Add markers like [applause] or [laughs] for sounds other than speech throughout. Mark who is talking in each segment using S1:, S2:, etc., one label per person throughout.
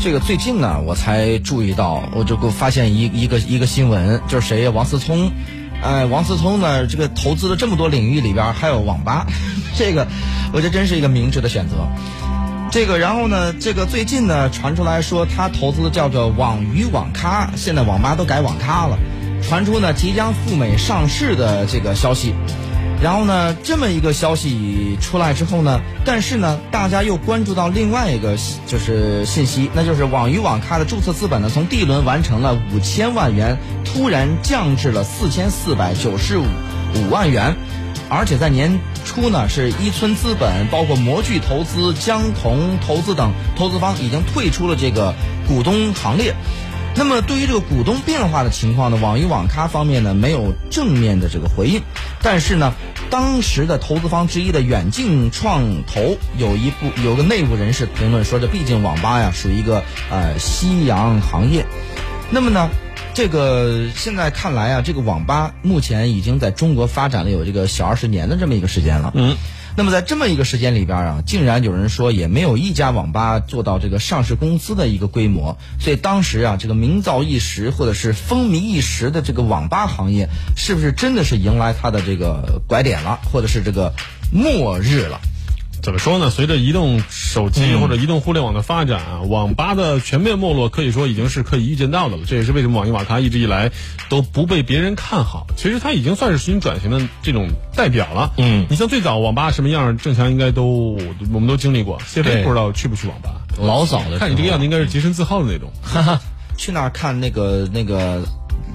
S1: 这个最近呢，我才注意到，我就给我发现一一个一个新闻，就是谁呀？王思聪，哎，王思聪呢，这个投资了这么多领域里边，还有网吧，这个我觉得真是一个明智的选择。这个，然后呢，这个最近呢传出来说他投资的叫做网娱网咖，现在网吧都改网咖了，传出呢即将赴美上市的这个消息。然后呢，这么一个消息出来之后呢，但是呢，大家又关注到另外一个就是信息，那就是网鱼网咖的注册资本呢，从 D 轮完成了五千万元，突然降至了四千四百九十五五万元，而且在年初呢，是一村资本、包括模具投资、江铜投资等投资方已经退出了这个股东行列。那么对于这个股东变化的情况呢，网易网咖方面呢没有正面的这个回应，但是呢，当时的投资方之一的远镜创投有一部有个内部人士评论说，这毕竟网吧呀属于一个呃夕阳行业，那么呢。这个现在看来啊，这个网吧目前已经在中国发展了有这个小二十年的这么一个时间了。
S2: 嗯，
S1: 那么在这么一个时间里边啊，竟然有人说也没有一家网吧做到这个上市公司的一个规模，所以当时啊，这个名噪一时或者是风靡一时的这个网吧行业，是不是真的是迎来它的这个拐点了，或者是这个末日了？
S2: 怎么说呢？随着移动手
S1: 嗯
S2: 机或者移动互联网的发展啊，网吧的全面没落可以说已经是可以预见到的了。这也是为什么网易网咖一直以来都不被别人看好。其实它已经算是实行转型的这种代表了。
S1: 嗯，
S2: 你像最早网吧什么样，郑强应该都我们都经历过。谢
S1: 对
S2: 飞不知道去不去网吧？
S1: 老早的时候
S2: 看你这个样子，应该是洁身自好的那种。
S1: 哈哈，去那儿看那个那个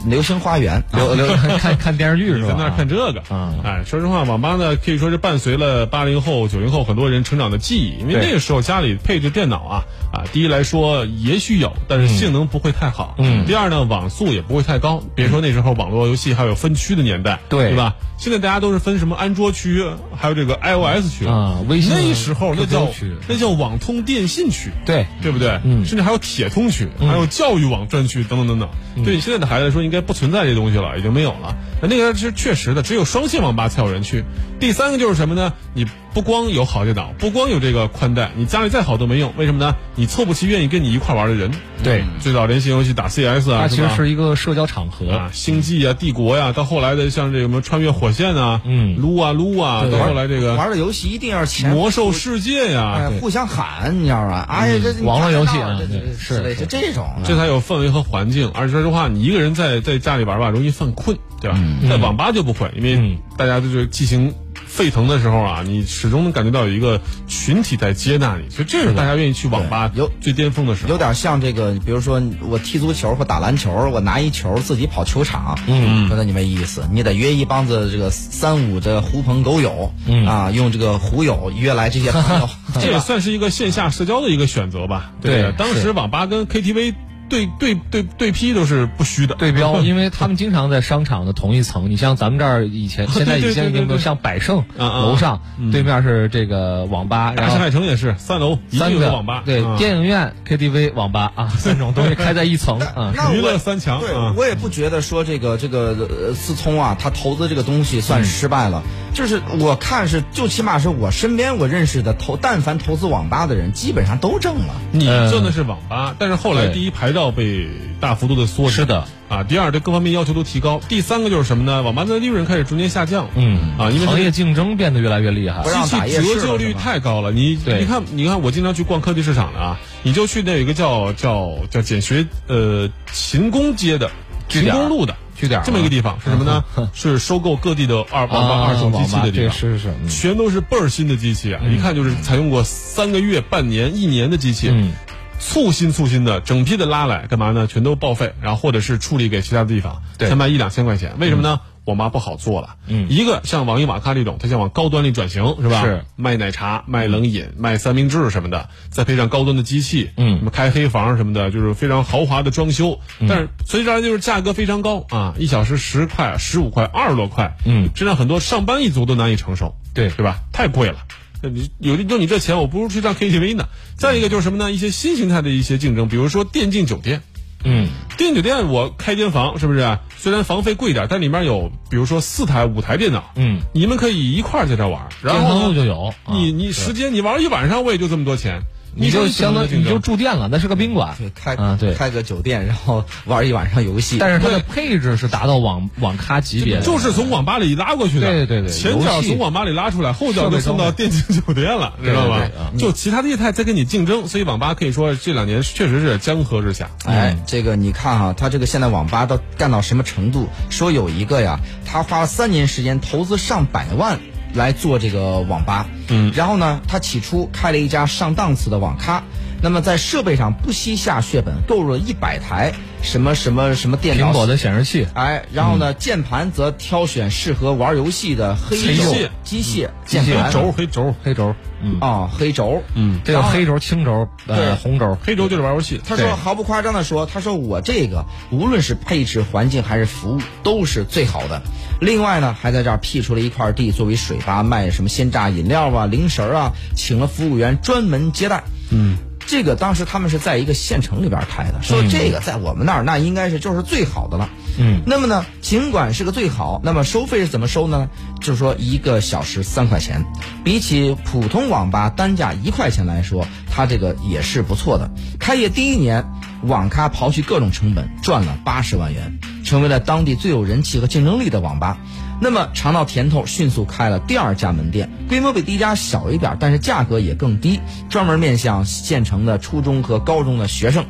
S1: 流星花园，
S3: 流流
S2: [laughs]
S3: 看看电视剧是
S2: 你在
S3: 吧？
S2: 那儿看这个
S3: 啊
S2: 哎，说实话，网吧呢可以说是伴随了八零后、九零后很多人成长的记忆，因为
S3: 对
S2: 那个时候家里配置电脑啊啊，第一来说也许有，但是性能不会太好，嗯，第二呢网速也不会太高，别说那时候网络游戏还有分区的年代，
S3: 嗯对
S2: 对吧？现在大家都是分什么安卓区，还有这个 iOS 区
S3: 啊微信
S2: 那时候那
S3: QQ
S2: 叫
S3: 区
S2: 那叫网通电信区，
S3: 对
S2: 对不对？嗯，甚至还有铁通区，还有教育网专区等等等等。对你现在的孩子来说，应该不存在这东西了，已经没有了。那那个是确实的，只有双线网吧才有人去。第三个就是什么呢？你不光有好电脑，不光有这个宽带，你家里再好都没用。为什么呢？你凑不齐愿意跟你一块玩的人。嗯
S3: 对，
S2: 最早联系游戏打 CS 啊，
S3: 它其实
S2: 吧
S3: 是一个社交场合，
S2: 啊，星际啊，帝国呀、到后来的像这个什么穿越火线啊，
S3: 嗯
S2: 撸啊撸啊，到后来这个
S1: 玩的游戏一定要前
S2: 魔兽世界呀、
S1: 哎，互相喊，你知道吧？哎呀，这
S3: 网络游戏啊
S1: 这这
S3: 对
S1: 之类
S3: 是
S1: 就这种啊
S3: 啊
S1: 的。
S2: 这才有氛围和环境。而且说实话，你一个人在在家里玩吧，容易犯困，对吧？在网吧就不会，因为
S3: 嗯
S2: 大家就是激情沸腾的时候啊，你始终能感觉到有一个群体在接纳你，所以这是大家愿意去网吧
S1: 有
S2: 最巅峰的时候
S1: 有。点像这个，比如说我踢足球或打篮球，我拿一球自己跑球场，嗯，那你没意思，你得约一帮子这个三五这狐朋狗友，嗯啊，用这个狐友约来这些朋友，
S2: 这
S1: [laughs]
S2: 也算是一个线下社交的一个选择吧。
S3: 对
S2: 吧当时网吧跟 KTV 对对对对批都是不虚的。[laughs]
S3: 对标，因为他们经常在商场的同一层。你像咱们这儿以前，现在
S2: 啊对对
S3: 已经已
S2: 对对
S3: 经
S2: 对
S3: 像百盛
S2: 啊啊
S3: 楼上对面是这个网吧，
S2: 大
S3: 然
S2: 上
S3: 后
S2: 海城也是三楼一定
S3: 三
S2: 有
S3: 个
S2: 个网吧，
S3: 对
S2: 啊
S3: 电影院、KTV、网
S2: [laughs]
S3: 吧啊，三种东西开在一层啊。
S1: 那我
S2: 娱乐三强
S1: 对
S2: 啊，
S1: 我也不觉得说这个这个呃思聪啊，他投资这个东西算失败了。就是我看是，就起码是我身边我认识的投，但凡投资网吧的人，基本上都挣了。
S2: 你
S3: 呃
S2: 挣的是网吧，但是后来
S3: 对
S2: 第一牌照被大幅度的缩减，
S3: 是的
S2: 啊，第二对各方面要求都提高，第三个就是什么呢？网吧的利润开始逐年下降，
S3: 嗯
S2: [laughs] 啊，因为它
S3: 行业竞争变得越来越厉害
S1: 不。让
S2: 机
S1: 打
S2: 器
S1: 夜市了
S2: 折旧率
S1: 是吧
S2: 太高了，你
S3: 对
S2: 你看你看，我经常去逛科技市场的啊，你就去那有一个叫叫叫简学呃秦工街的
S3: 据
S2: 秦
S3: 点儿
S2: 工路的
S3: 据点儿
S2: 这么一个地方是什么
S3: [laughs]
S2: 呢？是收购各地的二网吧
S3: 啊
S2: 二手机器
S3: 网吧
S2: 的地
S3: 这
S2: 方，
S3: 是嗯是是
S2: 全都是倍儿新的机器
S3: 嗯
S2: 啊，一看就是采用过三个月、半年、一年的机器。
S3: 嗯
S2: 簇新簇新的，整批的拉来干嘛呢？全都报废，然后或者是处理给其他地方，
S3: 对
S2: 才卖一两千块钱。为什么呢？我妈不好做了。
S3: 嗯
S2: 一个像网易网咖这种，它想往高端里转型，是吧？
S3: 是
S2: 卖奶茶、卖冷饮、卖三明治什么的，再配上高端的机器，
S3: 嗯
S2: 什么开黑房什么的，就是非常豪华的装修。但是随之而来就是价格非常高啊，一小时十块、十五块、二十多块，
S3: 嗯
S2: 这让很多上班一族都难以承受。
S3: 对
S2: 对吧？太贵了。那你有就你这钱，我不如去上 KTV 呢。再一个就是什么呢？一些新形态的一些竞争，比如说电竞酒店。
S3: 嗯，
S2: 电竞酒店我开间房，是不是？虽然房费贵点，但里面有比如说四台、五台电脑，
S3: 嗯，
S2: 你们可以一块儿在这玩儿。然
S3: 电
S2: 后
S3: 商路
S2: 呢
S3: 就有。啊
S2: 你你时间你玩一晚上，我也就这么多钱。
S3: 你就相当于你就住店了，那是个宾馆
S1: 对，开
S3: 啊对，
S1: 开个酒店，然后玩一晚上游戏。
S3: 但是它的
S2: 对
S3: 配置是达到网网咖级别的，
S2: 就是从网吧里拉过去的，
S3: 对对对
S2: 前脚
S3: 游戏
S2: 从网吧里拉出来，后脚就送到电竞酒店了，知道吧
S3: 对对对啊？
S2: 就其他的业态在跟你竞争，所以网吧可以说这两年确实是江河日下。
S1: 哎，
S3: 嗯
S1: 这个你看哈、他这个现在网吧都干到什么程度？说有一个呀，他花了三年时间，投资上百万来做这个网吧。嗯，然后呢，他起初开了一家上档次的网咖，那么在设备上不惜下血本，购入了一百台什么什么什么电脑。
S3: 苹果的嗯显示器，
S1: 哎，然后呢，键盘则挑选适合玩游戏的黑
S2: 机
S1: 轴
S2: 械
S1: 机械
S3: 嗯机
S1: 键
S3: 械
S1: 盘
S2: 黑轴黑轴
S3: 黑轴，嗯，
S1: 啊，黑轴，嗯，
S3: 这个黑轴、青轴、
S1: 对
S3: 呃红轴，
S2: 黑轴就是玩游戏，
S1: 他
S2: 他
S1: 说
S2: 说
S1: 毫不夸张的说，他说我这个无论是配置、环境还是服务都是最好的。另外呢，还在这儿辟出了一块地作为水吧，卖什么鲜榨饮料啊、零食儿啊，请了服务员专门接待。嗯。这个当时他们是在一个县城里边开的，说这个在我们那儿那应该是就是最好的了。嗯，那么呢，尽管是个最好，那么收费是怎么收呢？就是说一个小时三块钱，比起普通网吧单价一块钱来说，它这个也是不错的。开业第一年，网咖刨去各种成本，赚了八十万元，成为了当地最有人气和竞争力的网吧。那么尝到甜头，迅速开了第二家门店，规模比第一家小一点，但是价格也更低，专门面向县城的初中和高中的学生。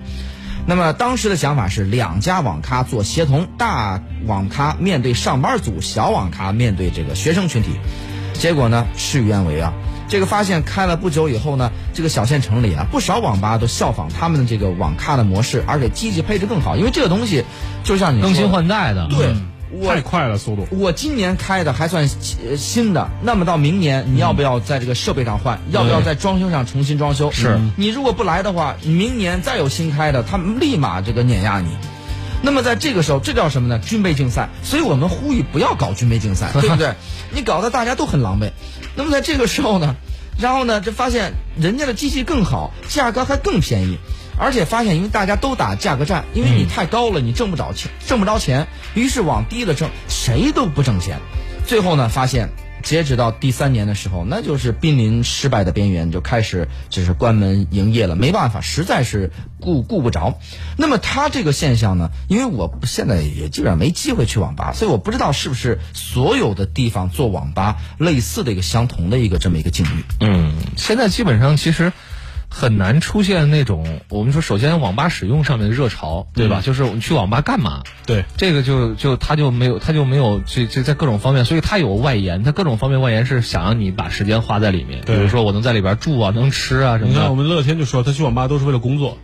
S1: 那么当时的想法是，两家网咖做协同，大网咖面对上班族，小网咖面对这个学生群体。结果呢，事与愿违啊。这个发现开了不久以后呢，这个小县城里啊，不少网吧都效仿他们的这个网咖的模式，而且机器配置更好，因为这个东西就像你说
S3: 更
S1: 的
S3: 新换代的，嗯
S1: 对。我
S2: 太快了速度。
S1: 我今年开的还算呃新的，那么到明年你要不要在这个设备上换？要不要在装修上重新装修？嗯
S3: 是
S1: 你如果不来的话，明年再有新开的，他们立马这个碾压你。那么在这个时候，这叫什么呢？军备竞赛。所以我们呼吁不要搞军备竞赛，对不对？你搞得大家都很狼狈。那么在这个时候呢，然后呢，就发现人家的机器更好，价格还更便宜，而且发现因为大家都打价格战，因为你太高了，你挣不着钱，挣不着钱，于是往低了挣，谁都不挣钱。最后呢，发现截止到第三年的时候，那就是濒临失败的边缘，就开始只是关门营业了。没办法，实在是顾顾不着。那么他这个现象呢，因为我现在也基本上没机会去网吧，所以我不知道是不是所有的地方做网吧类似的一个相同的一个这么一个境遇。
S3: 嗯，现在基本上其实很难出现那种我们说，首先网吧使用上面的热潮，对吧？就是我们去网吧干嘛？
S2: 对，
S3: 这个就就他就没有他就没有这这在各种方面，所以他有外延，他各种方面外延是想让你把时间花在里面，比
S2: 对
S3: 如说我能在里边住啊，能吃啊什
S2: 你
S3: 么
S2: 看我
S3: 的。
S2: 们乐天就说他去网吧都是为了工作，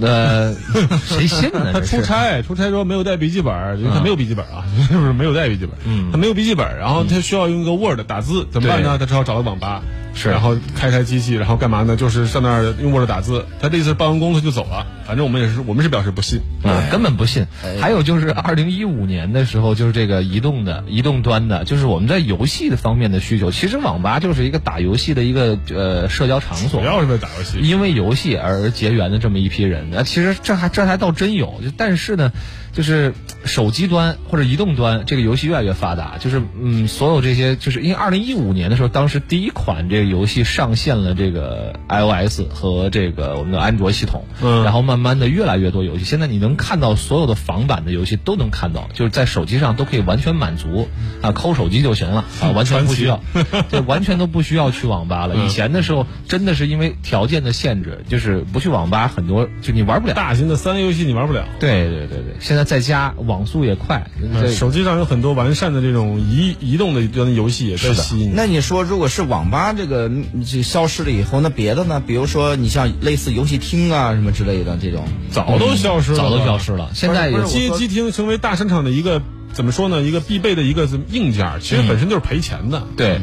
S3: 呃， [laughs] 谁信呢？ [laughs]
S2: 他
S3: 这是嗯
S2: 出差，出差说没有带笔记本儿，就是他没有笔记本儿啊， [laughs] 是不是没有带笔记本？嗯，他没有笔记本儿，然后
S3: 嗯
S2: 他需要用一个 Word 打字，怎么办呢？他只好找到网吧，
S3: 是
S2: 然后开台机器，然后干嘛呢？就是上那儿用 Word 打字。他这次办完工他就走了，反正我们也是，我们是表示不信。
S3: 啊，根本不信。还有就是二零一五年的时候，就是这个移动的、移动端的，就是我们在游戏的方面的需求。其实网吧就是一个打游戏的一个呃社交场所
S2: 主，要是为了打游戏，
S3: 因为游戏而结缘的这么一批人。那其实这还这还倒真有，就但是呢，就是手机端或者移动端这个游戏越来越发达，就是嗯，所有这些就是因为二零一五年的时候，当时第一款这个游戏上线了这个 iOS 和这个我们的安卓系统，
S2: 嗯
S3: 然后慢慢的越来越多游戏，现在你能看到所有的仿版的游戏都能看到，就是在手机上都可以完全满足啊，抠手机就行了啊，完全不需要， [laughs] 对，完全都不需要去网吧
S2: 嗯
S3: 了。以前的时候真的是因为条件的限制，就是不去网吧很多就你玩不了。
S2: 大型的三 A 游戏你玩不了。
S3: 对对对对，现在在家网速也快，
S2: 呃
S3: 这
S2: 手机上有很多完善的这种移移动的端游戏也在吸引你。
S1: 那你说，如果是网吧这个嗯这消失了以后，那别的呢？比如说你像类似游戏厅啊什么之类的这种，
S2: 早都消失了，
S3: 嗯早都消。失了。现在也
S1: 不是
S2: 街
S1: 我说
S2: 机厅成为大商场的一个怎么说呢？一个必备的一个硬件儿，其
S3: 嗯
S2: 实本身就是赔钱的。
S3: 对，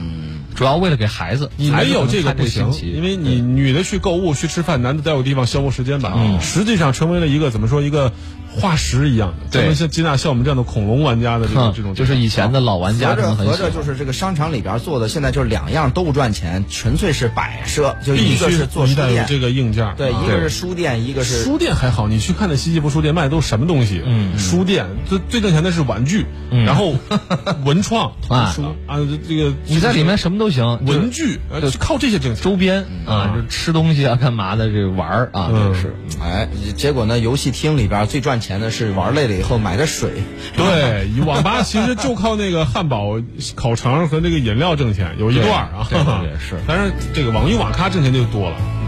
S3: 主要为了给孩子，
S2: 嗯你
S3: 孩子
S2: 没有
S3: 可能
S2: 这个
S3: 看
S2: 不
S3: 新
S2: 行，
S3: 奇
S2: 因为啊
S3: 嗯
S2: 你女的去购物去吃饭，男的待有地方消磨时间吧。实际上成为了一个怎么说一个化石一样的，
S3: 对
S2: 专门像接纳像我们这样的恐龙玩家的这种
S3: 哼
S2: 这种，
S3: 嗯就是以前的老玩家
S1: 合
S3: 可能
S1: 着
S3: 很
S1: 合
S3: 喜
S1: 着
S3: 欢。
S1: 就是这个商场里边做的，现在就是两样都不赚钱，纯粹是摆设，就
S2: 必
S1: 一个
S2: 须
S1: 是做
S2: 一
S1: 书
S2: 旦有
S1: 店，
S2: 这个硬件，啊
S1: 对，一个是书店，一个是
S2: 书店还好，你去看那西西弗书店卖的都是什么东西？嗯，书店最最挣钱的是玩具，
S3: 嗯
S2: 然
S3: [laughs]
S2: 后文创
S3: 啊
S2: 书啊，这个
S3: 你在里面什么都行，就是
S2: 文具呃靠这些挣钱。
S3: 周边啊，就吃东西啊，干嘛的，这玩儿啊，
S2: 嗯
S3: 这是。
S1: 哎，结果呢，游戏厅里边最赚钱的是玩累了以后买个水，
S3: [laughs]
S2: 对，以网吧其实就靠那个汉堡、烤肠和那个饮料挣钱，有一段儿啊。 [laughs]
S3: 对对对是
S2: 但是这个网易网咖挣钱就多了。